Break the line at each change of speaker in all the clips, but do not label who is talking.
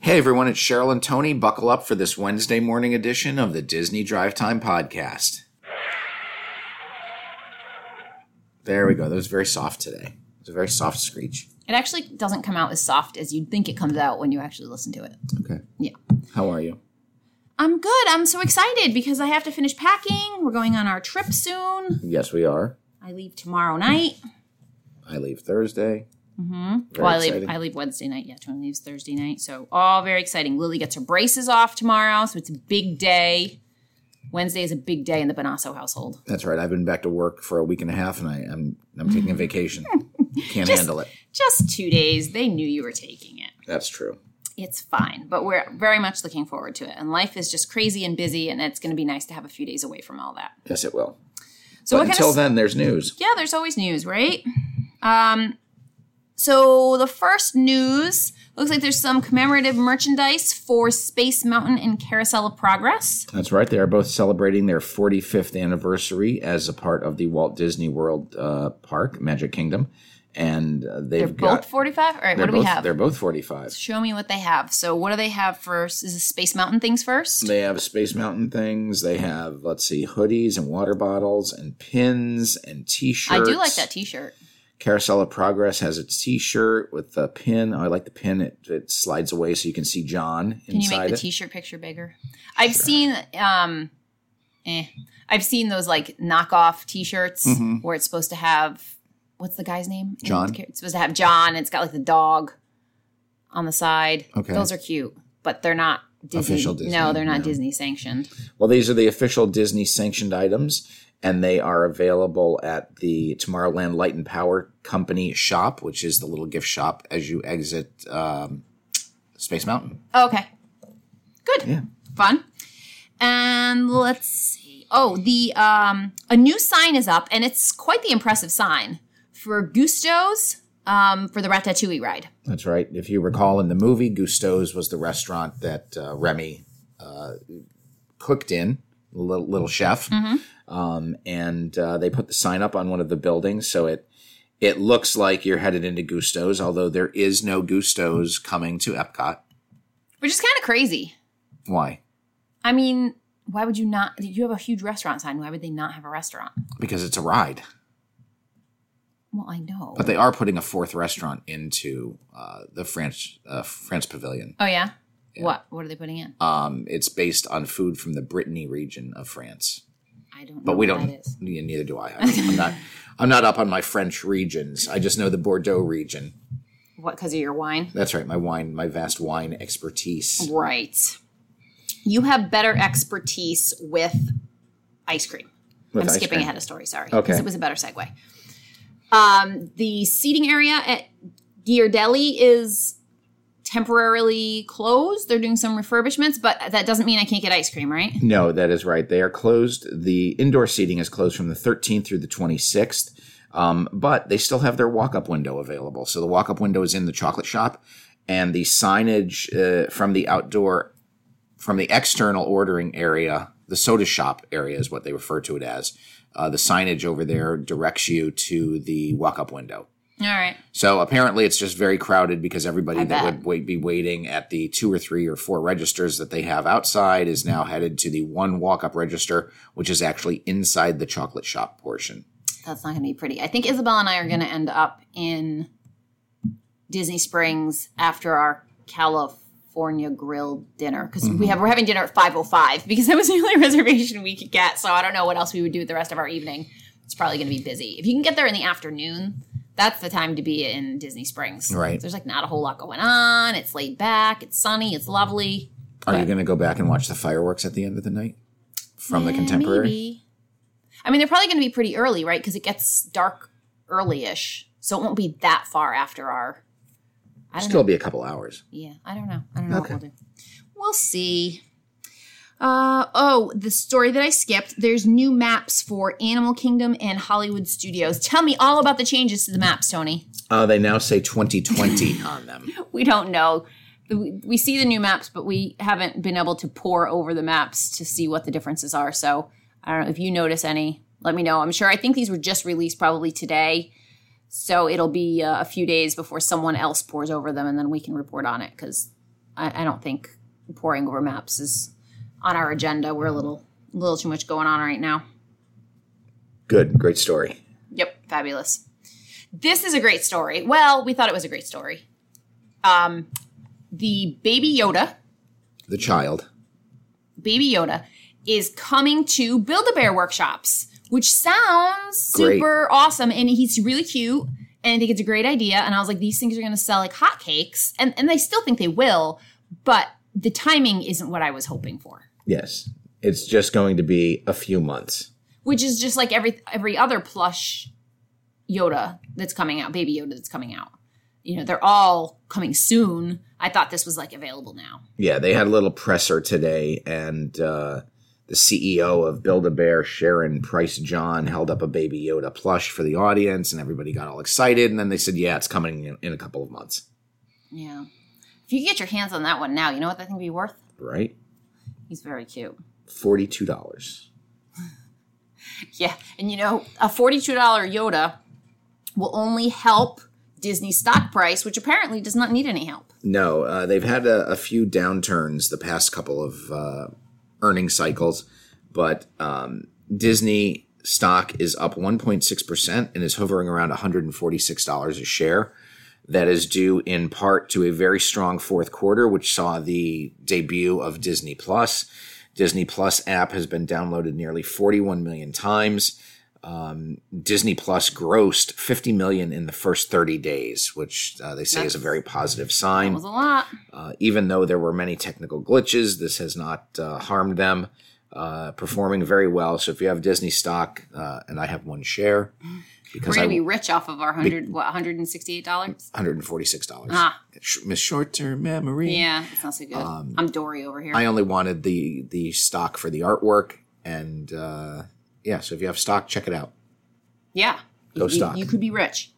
Hey everyone, it's Cheryl and Tony. Buckle up for this Wednesday morning edition of the Disney Drive Time Podcast. There we go. That was very soft today. It was a very soft screech.
It actually doesn't come out as soft as you'd think it comes out when you actually listen to it.
Okay.
Yeah.
How are you?
I'm good. I'm so excited because I have to finish packing. We're going on our trip soon.
Yes, we are.
I leave tomorrow night.
I leave Thursday. Mm-hmm.
well, I leave, I leave Wednesday night. Yeah, Tony leaves Thursday night. So, all very exciting. Lily gets her braces off tomorrow. So, it's a big day. Wednesday is a big day in the Bonasso household.
That's right. I've been back to work for a week and a half, and I, I'm I'm taking a vacation. Can't handle it.
Just two days. They knew you were taking it.
That's true.
It's fine, but we're very much looking forward to it. And life is just crazy and busy, and it's going to be nice to have a few days away from all that.
Yes, it will.
So,
but
what
until
kind of,
then, there's news.
Yeah, there's always news, right? Um, so the first news looks like there's some commemorative merchandise for Space Mountain and Carousel of Progress.
That's right. They are both celebrating their 45th anniversary as a part of the Walt Disney World uh, Park, Magic Kingdom, and uh, they've
They're
got
both 45. All right,
they're
what do
both
we have?
they're both 45.
Show me what they have. So what do they have first? Is the Space Mountain things first?
They have Space Mountain things. They have let's see, hoodies and water bottles and pins and
I
T-shirts.
do like that T-shirt.
Carousel of Progress has a T-shirt with a pin. Oh, I like the pin. It, it slides away so you can see John
Can you
inside
make the
it.
T-shirt picture bigger? I've seen, um, eh, I've seen those like knockoff T-shirts where it's supposed to have what's the guy's name? I
Mm-hmm. John.
don't care. It's supposed to have John. And it's got like the dog on the side.
Okay.
those are cute, but they're not Disney.
Official Disney,
no, they're not
no.
Disney sanctioned.
Well, these are the official Disney sanctioned items, and they are available at the Tomorrowland Light and Power Company shop, which is the little gift shop as you exit um, Space Mountain.
Okay, good,
Yeah.
fun, and let's see. Oh, the um, a new sign is up, and it's quite the impressive sign for Gusto's um, for the Ratatouille ride.
That's right. If you recall in the movie, Gusto's was the restaurant that uh, Remy uh, cooked in, little, little chef. Um, and uh, they put the sign up on one of the buildings. So it it looks like you're headed into Gusto's, although there is no Gusto's coming to Epcot.
which is kind of crazy.
Why?
I mean, why would you not? You have a huge restaurant sign. Why would they not have a restaurant?
Because it's a ride.
Well, I know.
But they are putting a fourth restaurant into uh, the French uh, French Pavilion.
oh yeah? What? What are they putting in?
Um, it's based on food from the Brittany region of France.
I don't. know
but we
what
don't.
That is.
Yeah, neither do I. I don't- I'm not. I'm not up on my French regions. I just know the Bordeaux region.
What? Because of your wine,
That's right. My wine. My vast wine expertise.
right? You have better expertise with ice cream.
with
I'm
ice
skipping
cream.
ahead of story. Sorry,
Okay.
because it was a better segue. Um, the seating area at Ghirardelli is temporarily closed. They're doing some refurbishments, but that doesn't mean I can't get ice cream, right?
No, that is right. They are closed. The indoor seating is closed from the 13th through the 26th. Um, but they still have their walk up window available. So the walk up window is in the chocolate shop, and the signage uh, from the outdoor, from the external ordering area, the soda shop area is what they refer to it as. Uh, the signage over there directs you to the walk up window.
All right.
So apparently, it's just very crowded because everybody that
bet.
would wait, be waiting at the two or three or four registers that they have outside is now headed to the one walk-up register, which is actually inside the chocolate shop portion.
That's not going to be pretty. I think Isabel and I are going to end up in Disney Springs after our California Grill dinner because we have we're having dinner at five oh five because that was the only reservation we could get. So I don't know what else we would do with the rest of our evening. It's probably going to be busy. If you can get there in the afternoon, that's the time to be in Disney Springs.
Right.
There's like not a whole lot going on. It's laid back. It's sunny. It's lovely.
Are you going to go back and watch the fireworks at the end of the night from the
Eh,
contemporary?
maybe. I mean, they're probably going to be pretty early, right? Because it gets dark early-ish, so it won't be that far after our. I don't
Still
know.
be a couple hours.
Yeah, I don't know. I don't know
Okay.
what we'll do. We'll see. Uh, oh, the story that I skipped. There's new maps for Animal Kingdom and Hollywood Studios. Tell me all about the changes to the maps, Tony.
Uh, they now say 2020 on them.
We don't know. We we see the new maps, but we haven't been able to pour over the maps to see what the differences are. So I don't know if you notice any. Let me know. I'm sure. I think these were just released probably today, so it'll be uh, a few days before someone else pours over them, and then we can report on it because I, I don't think pouring over maps is on our agenda. We're a little little too much going on right now.
Good, great story.
Yep, fabulous. This is a great story. Well, we thought it was a great story. Um, the baby Yoda,
The child.
baby Yoda, is coming to Build a Bear workshops, which sounds
Great.
super awesome, and he's really cute. And I think it's a great idea. And I was like, these things are going to sell like hotcakes, and and I still think they will, but the timing isn't what I was hoping for.
Yes. It's just going to be a few months.
which is just like every every other plush Yoda that's coming out, baby Yoda that's coming out. You know, they're all coming soon. I thought this was like available now.
Yeah, they had a little presser today, and uh, the CEO of Build a Bear, Sharon Price John, held up a Baby Yoda plush for the audience, and everybody got all excited. And then they said, "Yeah, it's coming in, in a couple of months."
Yeah. If you could get your hands on that one now, you know what that thing would be worth?
Right?
He's very cute.
Forty-two dollars.
Yeah. And you know, a $42 Yoda will only help Disney stock price, which apparently does not need any help.
No, uh, they've had a, a few downturns the past couple of uh, earning cycles, but um, Disney stock is up 1.6% and is hovering around $146 a share. That is due in part to a very strong fourth quarter, which saw the debut of Disney Plus. Disney Plus app has been downloaded nearly 41 million times. Um, Disney Plus grossed 50 million in the first 30 days, which uh, they say is a very positive
That
sign.
was a lot.
Uh, even though there were many technical glitches, this has not uh, harmed them, uh, performing very well. So if you have Disney stock, uh, and I have one share,
We're
because
going
I
to be rich off of our 100 what $168?
one hundred and forty six dollars.
Ah.
Miss short term memory.
Yeah, it's not so good. I'm Dory over here.
Um, I only wanted the the stock for the artwork, and uh, yeah. So if you have stock, check it out.
Yeah.
Go
you,
stock.
You could be rich.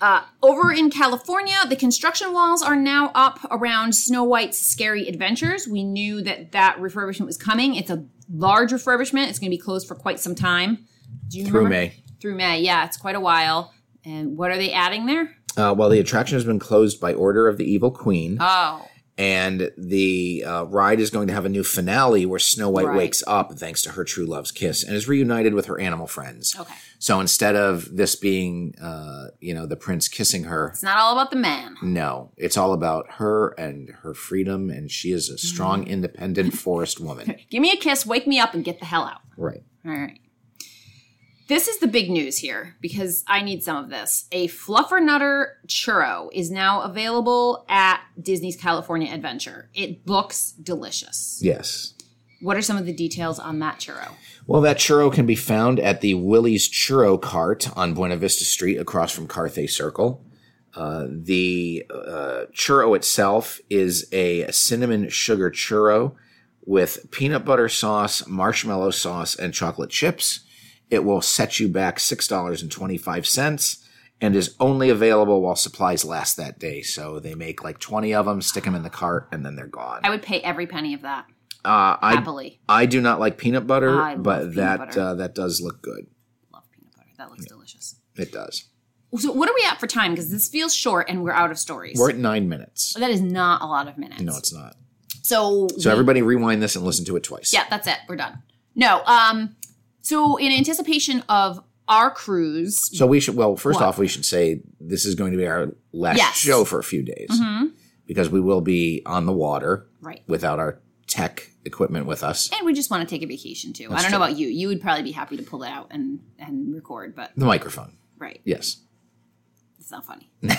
Uh, over in California, the construction walls are now up around Snow White's Scary Adventures. We knew that that refurbishment was coming. It's a large refurbishment. It's going to be closed for quite some time. Do you
Through
remember?
May.
Through May, yeah, it's quite a while. And what are they adding there?
Uh, while the attraction has been closed by order of the evil queen,
Oh,
and the uh, ride is going to have a new finale where Snow White
Right.
wakes up thanks to her true love's kiss and is reunited with her animal friends.
okay.
So instead of this being, uh, you know, the prince kissing her,
It's not all about the man.
no, it's all about her and her freedom, and she is
Mm-hmm.
a strong, independent forest woman.
Give me a kiss, wake me up, and get the hell out.
Right.
All right. This is the big news here because I need some of this. A Fluffernutter churro is now available at Disney's California Adventure. It looks delicious.
Yes.
What are some of the details on that churro?
Well, that churro can be found at the Willie's Churro Cart on Buena Vista Street across from Carthay Circle. Uh, the uh, churro itself is a cinnamon sugar churro with peanut butter sauce, marshmallow sauce, and chocolate chips. It will set you back $6.25 and is only available while supplies last that day. So they make like 20 of them, stick them in the cart, and then they're gone.
I would pay every penny of that
Uh, I,
happily.
I do not like peanut butter,
I love
but
peanut
that
butter.
Uh, that does look good.
Love peanut butter. That looks delicious.
It does.
So, what are we at for time? Because this feels short and we're out of stories.
We're at nine minutes.
that is not a lot of minutes.
No, it's not.
so,
So everybody rewind this and listen to it twice.
Yeah, that's it. We're done. No. Um. So, in anticipation of our cruise,
So we should. Well, first
What?
off, we should say this is going to be our last
Yes. Mm-hmm.
show for a few days because we will be on the water
right?
without our tech equipment with us.
and we just want to take a vacation too. I don't know about you. You would probably be happy to pull it out and and record, but
The microphone.
right,
Yes.
it's not funny.
I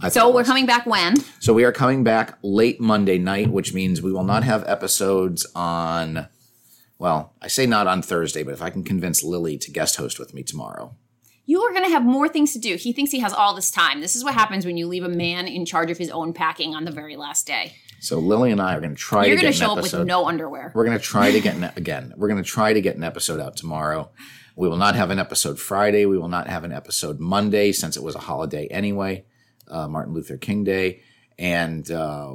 thought
So
it
we're
was.
coming back when?
So we are coming back late Monday night, which means we will not have episodes on. Well, I say not on Thursday, but if I can convince Lily to guest host with me tomorrow,
You are going to have more things to do. He thinks he has all this time. This is what happens when you leave a man in charge of his own packing on the very last day.
So Lily and I are going to try
You're
to
going
get
to
an
show up with
episode.
no underwear.
We're going to try to get an, again. We're going to try to get an episode out tomorrow. We will not have an episode Friday. We will not have an episode Monday since it was a holiday anyway, uh, Martin Luther King Day, and uh,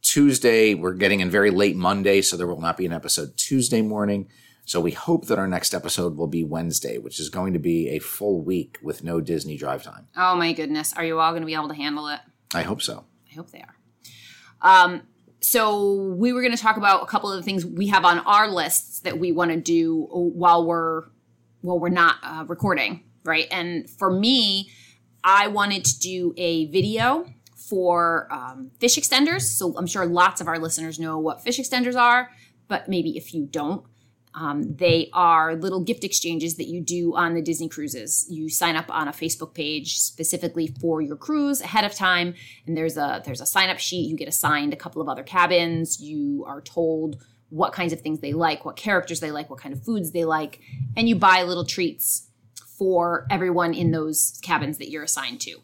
Tuesday we're getting in very late Monday, so there will not be an episode Tuesday morning. So we hope that our next episode will be Wednesday, which is going to be a full week with no Disney drive time.
Oh my goodness, are you all going to be able to handle it?
I hope so.
I hope they are. Um, so we were going to talk about a couple of the things we have on our lists that we want to do while we're while we're not uh, recording, right? And for me, I wanted to do a video for um, fish extenders. So I'm sure lots of our listeners know what fish extenders are, but maybe if you don't, um, they are little gift exchanges that you do on the Disney cruises. You sign up on a Facebook page specifically for your cruise ahead of time, and there's a there's a sign up sheet. You get assigned a couple of other cabins. You are told what kinds of things they like, what characters they like, what kind of foods they like, and you buy little treats for everyone in those cabins that you're assigned to.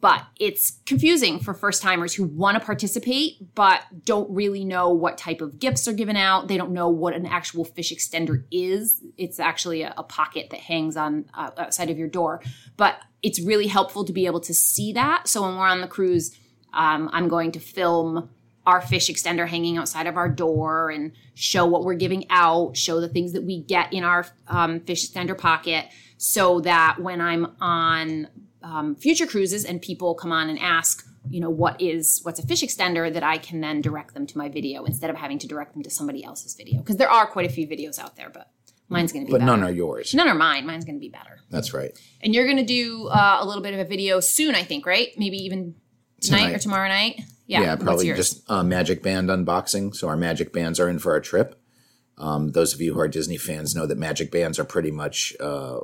But it's confusing for first timers who want to participate but don't really know what type of gifts are given out. They don't know what an actual fish extender is. It's actually a, a pocket that hangs on uh, outside of your door. But it's really helpful to be able to see that. So when we're on the cruise, um, I'm going to film our fish extender hanging outside of our door and show what we're giving out, show the things that we get in our um, fish extender pocket, so that when I'm on um, future cruises and people come on and ask, you know, what is what's a fish extender, that I can then direct them to my video instead of having to direct them to somebody else's video because there are quite a few videos out there, but mine's going to be
But
better.
none are yours.
None are mine. Mine's going to be better.
That's right.
And you're going to do uh, a little bit of a video soon, I think, right? Maybe even tonight, or
Tonight.
tomorrow night. Yeah,
Yeah,
what's
probably
yours?
just uh, Magic Band unboxing. So our Magic Bands are in for our trip. Um, those of you who are Disney fans know that Magic Bands are pretty much, uh,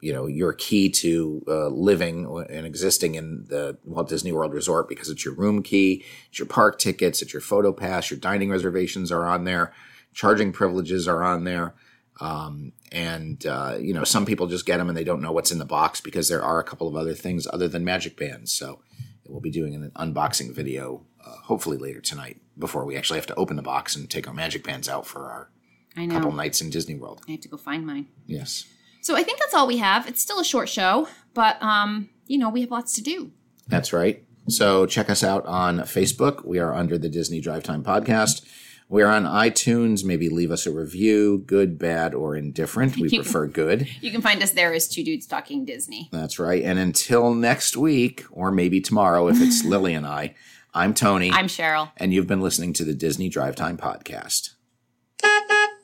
you know, your key to uh, living and existing in the Walt Disney World Resort because it's your room key, it's your park tickets, it's your photo pass, your dining reservations are on there, charging privileges are on there. Um, and uh, you know, some people just get them and they don't know what's in the box because there are a couple of other things other than Magic Bands. So we'll be doing an unboxing video, uh, hopefully later tonight, before we actually have to open the box and take our Magic Bands out for our
I
couple
know.
nights in Disney World.
I have to go find mine.
Yes,
So I think that's all we have. It's still a short show, but um, you know, we have lots to do.
that's right. So check us out on Facebook. We are under the Disney Drive Time Podcast. We are on iTunes. Maybe leave us a review, good, bad, or indifferent. We prefer good.
You can find us there as two dudes talking Disney.
That's right. And until next week, or maybe tomorrow, if it's Lily and I, I'm Tony,
I'm Cheryl.
and you've been listening to the Disney Drive Time Podcast.